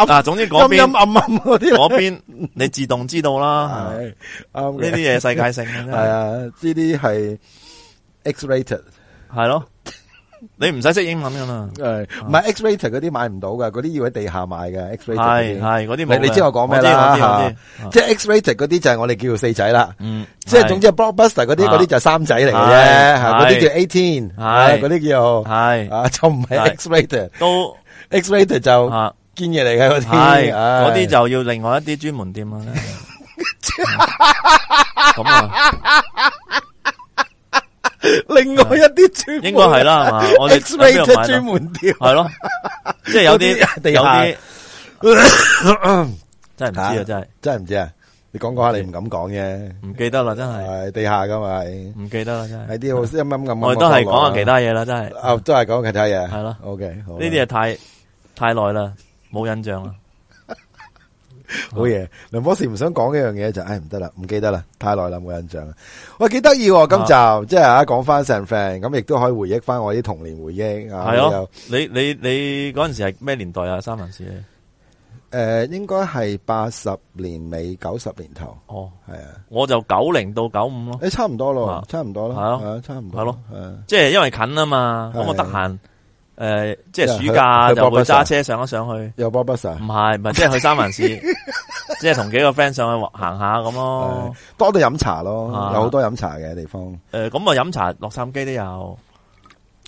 S2: 嗱，總之嗰
S1: 阴阴暗
S2: 邊
S1: 暗嗰啲
S2: 嗰邊你自動知道啦。
S1: 咧，系啱
S2: 呢啲
S1: 嘅，
S2: 嘢世界性嘅真
S1: 系
S2: 係，
S1: 啊，呢啲系 X rated。
S2: 係咯，你唔使識英文噶啦。
S1: 诶，唔系 X rated 嗰啲買唔到噶，嗰啲要喺地下買嘅 X
S2: 係
S1: rated 嗰啲。
S2: 係嗰啲冇嘅，
S1: 你你知我講咩
S2: 我知
S1: 啦
S2: 我知
S1: 嚇
S2: 我知啊
S1: 即系 X rated 嗰啲就係我哋叫做四仔啦，
S2: 嗯，
S1: 即係總之係 blockbuster 嗰啲
S2: 啊
S1: 嗰啲就係三仔嚟嘅啫，
S2: 係
S1: 嚇嗰啲
S2: 係
S1: 叫 eighteen，
S2: 係
S1: 嗰啲叫
S2: 係
S1: 啊就唔係
S2: 係
S1: X rated，X
S2: 都
S1: rated 就
S2: 啊。
S1: 堅嘢嚟嘅嗰啲，
S2: 系嗰
S1: 唉
S2: 啲就要另外一啲專門 店啦。咁啊，
S1: 另外一啲專
S2: 應該 係啦，係嘛？我哋
S1: X
S2: 喺邊度買
S1: rated
S2: 到
S1: 專門店，
S2: 係咯，即係有
S1: 嗰啲
S2: 啲
S1: 地
S2: 有
S1: 下
S2: 啲 真係唔知
S1: 啊
S2: 啊，真係
S1: 真係唔知啊！你講講下你唔敢講嘅，
S2: 唔記得啦，真係
S1: 係地下噶嘛，係
S2: 唔記得啦，真係。
S1: 係啲好陰陰暗暗。
S2: 我哋都係
S1: 啊
S2: 講下其他嘢啦，真係呢
S1: 啊，都係講其他嘢。
S2: 係咯
S1: ，OK，好啦。
S2: 啲嘢太太耐啦，冇印象啦。
S1: 好嘢，梁博士唔想講一樣嘢就，唉唔得啦，唔記得啦，太耐啦，冇印象啦。喂，幾得意喎，今集即係啊，講翻 San Fran，咁亦都可以回憶翻我啲童年回憶啊。
S2: 係
S1: 又
S2: 咯，你你你嗰阵时系咩年代啊？三文士
S1: 诶，呃应该系八十年尾九十年头，
S2: 哦，
S1: 系啊，
S2: 我就九零到九五咯，
S1: 诶，差唔多
S2: 啊
S1: 咯，差唔多咯，
S2: 係咯
S1: 係啊，差唔多，
S2: 係咯，
S1: 诶，
S2: 即係因為近啊嘛，咁
S1: 係
S2: 我得閒诶，即係暑
S1: 即係
S2: 假
S1: 啊去
S2: 就會
S1: 去
S2: 揸車上一上去。
S1: 有 Bob s
S2: 唔係唔係，即係去 三藩市，即係同幾個 friend 上去行行下咁咯。
S1: 多到飲茶咯，
S2: 啊
S1: 有好多飲茶嘅地方，
S2: 诶，咁啊飲茶，洛杉磯都有。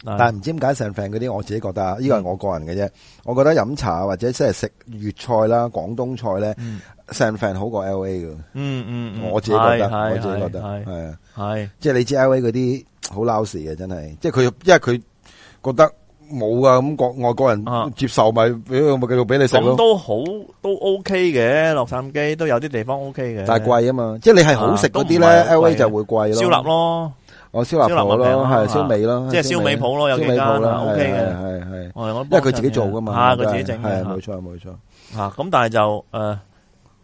S2: 啊
S1: 但系唔知點解 San Fran 嗰啲，我自己覺得啊，呢個係我個人嘅啫，我覺得飲茶或者即係食粵菜啦、廣東菜咧
S2: 嗯
S1: ，San Fran 好過 L A 嘅，
S2: 嗯嗯，嗯
S1: 我自己覺得，
S2: 係
S1: 我自己覺得
S2: 係係
S1: 係啊，
S2: 係
S1: 即係你知 L A 嗰啲好撈事嘅，真係，即係佢因為佢覺得冇啊，咁國外國
S2: 啊
S1: 人接受咪俾咪繼續俾你食咯
S2: 咁。都好都 OK 嘅，洛杉磯都有啲地方 OK 嘅，
S1: 但系贵啊嘛，即系你系好食嗰啲咧
S2: 啊都
S1: ，L
S2: 唔係
S1: A 就会贵咯。
S2: 燒臘，咯，
S1: 我烧臘
S2: 燒臘麥
S1: 鋪
S2: 餅啦
S1: 咯，系烧啊味咯，
S2: 即係燒味鋪咯有幾
S1: 烧
S2: 間
S1: 味鋪啦
S2: 啊，OK 嘅
S1: 系系系，
S2: 我因
S1: 因为佢自己做噶嘛，
S2: 啊嚇佢自己整
S1: 系冇
S2: 嘅
S1: 错冇错，
S2: 嚇啊咁但係就誒，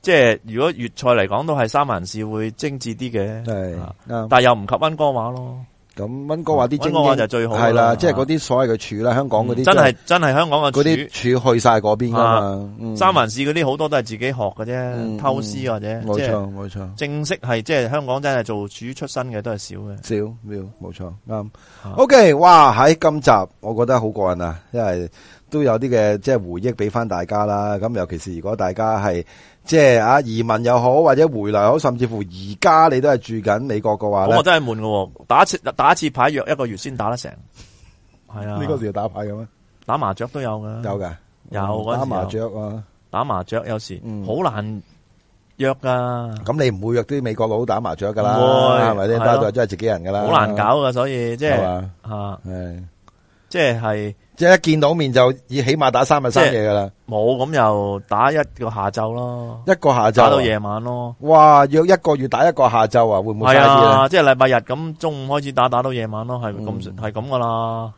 S2: 即係如果粵菜嚟講，都係三藩市會精緻啲
S1: 系
S2: 嘅，啊
S1: 啱。
S2: 但係又唔及温哥華咯，
S1: 咁温哥华啲
S2: 温
S1: 精
S2: 哥華就
S1: 英
S2: 最好㗎
S1: 系啦，
S2: 嚇
S1: 即系嗰啲所謂嘅柱啦，香港嗰
S2: 嗯
S1: 啲
S2: 真
S1: 係
S2: 係真係香港嘅
S1: 嗰啲
S2: 廚
S1: 柱去晒嗰邊噶嘛，嗯
S2: 啊三藩市嗰啲好多都係自己學嘅啫，
S1: 嗯
S2: 偷師或者
S1: 冇
S2: 即係
S1: 錯冇錯。
S2: 正式係即係香港真係做主出身嘅都係少嘅。
S1: 少秒，冇錯啱
S2: 啊。
S1: OK，哇！喺今集我覺得好過癮啊，因為都有啲嘅即係回憶俾翻大家啦。咁尤其是如果大家係即係啊移民又好，或者回流又好，甚至乎而家你都係住緊美國嘅話
S2: 咁
S1: 咧
S2: 我，真係悶嘅喎，打一次打一次牌約一個月先打得成，係啊
S1: 呢，個時候打牌嘅咩？
S2: 打麻雀都有嘅，
S1: 有㗎，
S2: 啊有
S1: 嗯
S2: 嗰陣時
S1: 打麻
S2: 有
S1: 雀啊。
S2: 打麻雀有時
S1: 嗯啊
S2: 好難約噶，
S1: 咁你唔會約啲美國佬打麻雀㗎啦，
S2: 唔會
S1: 係咪
S2: 係
S1: 先？
S2: 咯
S1: 打到真係自己人㗎啦，
S2: 好難搞噶，所以即
S1: 係
S2: 係
S1: 嘛？
S2: 啊，
S1: 係
S2: 即係
S1: 即係一見到面就以起碼打三日三夜㗎啦，
S2: 冇咁又打一個下晝咯，
S1: 一個下晝
S2: 打到
S1: 啊。
S2: 夜晚咯，
S1: 哇！約一個月打一個下晝啊，會唔會
S2: 係
S1: 嘥啲咧？
S2: 啊，即係禮拜日咁中午開始打，打到夜晚咯，係咁
S1: 嗯
S2: 係咁噶啦。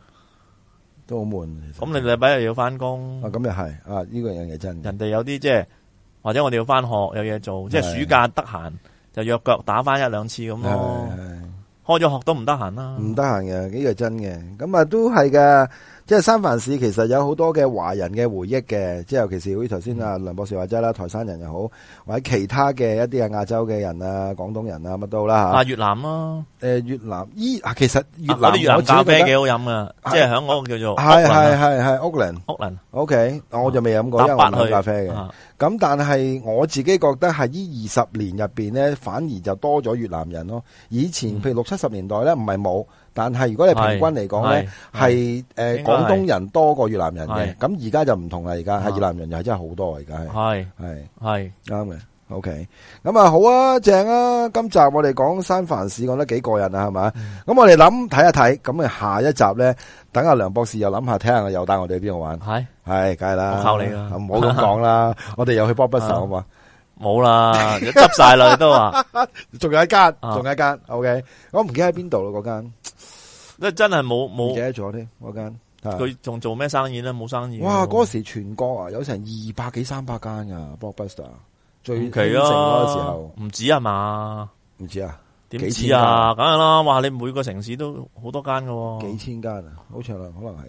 S1: 都好闷。其實
S2: 咁你禮拜日又要翻工
S1: 啊，，咁又係啊，呢個樣嘢真嘅。
S2: 人哋有啲即係或者我哋要翻學有嘢做，即係
S1: 係
S2: 暑假得閒就約腳打翻一兩次咁
S1: 係
S2: 咯。
S1: 係
S2: 開咗學都唔得閒啦，
S1: 唔得閒嘅，呢個真嘅。咁啊，都係嘅。即係三藩市其實有好多嘅華人嘅回憶嘅，即係尤其是好似頭先啊梁博士話齋啦，台山人又好，或者其他嘅一啲啊亞洲嘅人啊、廣東人啊乜都
S2: 啊
S1: 啦
S2: 越南咯，
S1: 嚇。誒越南依啊，其實越
S2: 啊
S1: 南
S2: 嗰啲越南
S1: 我自己
S2: 咖啡
S1: 覺
S2: 幾
S1: 得
S2: 好飲噶，
S1: 係
S2: 即係響嗰個叫做
S1: 係係
S2: Oakland 啊
S1: 係係 Oakland。
S2: Oakland
S1: OK，我就未飲過，因
S2: 啊搭
S1: 為我
S2: 八
S1: 唔飲
S2: 去
S1: 咖啡嘅。
S2: 啊
S1: 咁但係我自己覺得係呢二十年入邊呢，反而就多咗越南人咯。以前
S2: 嗯
S1: 譬如六七十年代呢，唔係冇，但係如果你平均嚟講呢，
S2: 啊係
S1: 係誒
S2: 應該係
S1: 廣東人多過越南人
S2: 係
S1: 嘅。咁而家就唔同啦，而家
S2: 啊
S1: 係越南人又係真係好多啊，而家係
S2: 係
S1: 係
S2: 係
S1: 啱嘅。OK，咁啊好啊，正啊！今集我哋講三藩市講得幾過癮啊，係嘛？
S2: 嗯
S1: 咁我哋諗睇一睇，咁啊下一集呢，等阿梁博士又諗下，睇下我又帶我哋去邊度玩。
S2: 係
S1: 系，梗系啦，
S2: 我靠你啦
S1: 唔好咁講啦， 我哋又去波不手啊嘛，
S2: 冇啦，執晒啦都話，
S1: 仲有一間，
S2: 啊
S1: 仲有一間 o k 我唔記得喺邊度咯，嗰間
S2: 即係真係冇
S1: 唔記
S2: 冇
S1: 得咗添，嗰間。啊
S2: 佢仲做咩生意咧？冇生意喎。
S1: 哇，嗰時全國啊，有成二百幾三百間噶 Blockbuster，最
S2: 唔
S1: 興
S2: 奇
S1: 盛嗰個時
S2: 啊
S1: 候，，
S2: 唔止係嘛？
S1: 唔知啊，
S2: 點
S1: 幾
S2: 止
S1: 千間
S2: 啊？梗係啦，哇！你每個城市都好多間噶，
S1: 幾千間啊，好似係啦，可能係，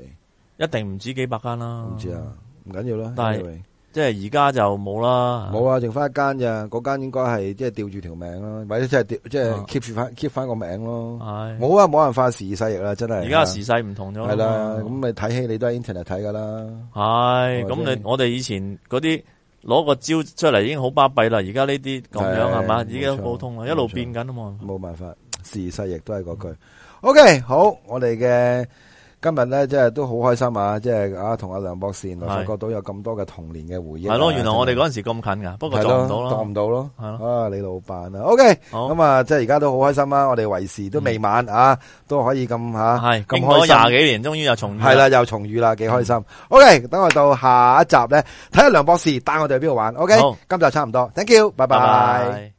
S2: 一定唔止幾百間啦。
S1: 唔知，啊，唔緊要啦，
S2: 哦但係
S1: anyway
S2: 即係而家就冇啦。
S1: 冇啊，剩翻一間咋，嗰間應該係即係吊住條命啦，或者即係吊即係
S2: 啊
S1: keep 住翻 keep 翻個名咯，
S2: 係
S1: 冇啊，冇辦法時移世易啦，真係
S2: 而家時勢唔同咗嘛。
S1: 系啦，咁咪睇戲你都喺 internet 睇噶啦，
S2: 係
S1: 或
S2: 咁
S1: 者
S2: 你我哋以前嗰啲攞個招出嚟已經好巴閉啦，而家呢啲咁樣
S1: 係
S2: 係嘛？而
S1: 冇
S2: 家
S1: 錯
S2: 好普通啦，一路
S1: 冇錯
S2: 變緊啊嘛。
S1: 冇辦法，時勢亦都係嗰句。OK，好，我哋嘅今日咧，即係都好開心啊！即係啊，同阿梁博士原來
S2: 係
S1: 發覺到有咁多嘅童年嘅回憶啊。
S2: 係咯，原來我哋
S1: 真係
S2: 嗰阵时咁近噶，不過
S1: 係
S2: 撞唔到
S1: 咯
S2: 啦
S1: 撞。唔到咯，
S2: 係
S1: 啊，李老板啊，OK，
S2: 好
S1: 咁啊，即係而家都好開心啊！我哋為時都未晚啊，都可以咁吓，
S2: 嗯係
S1: 啊咁
S2: 經過
S1: 開
S2: 廿
S1: 心。
S2: 幾年，終於又重遇
S1: 係啦，又重遇啦，幾開心。OK，等我到下一集咧，睇下梁博士帶我哋去邊度玩。OK，
S2: 好
S1: 今集差唔多，thank you，拜
S2: 拜
S1: 拜。
S2: 拜。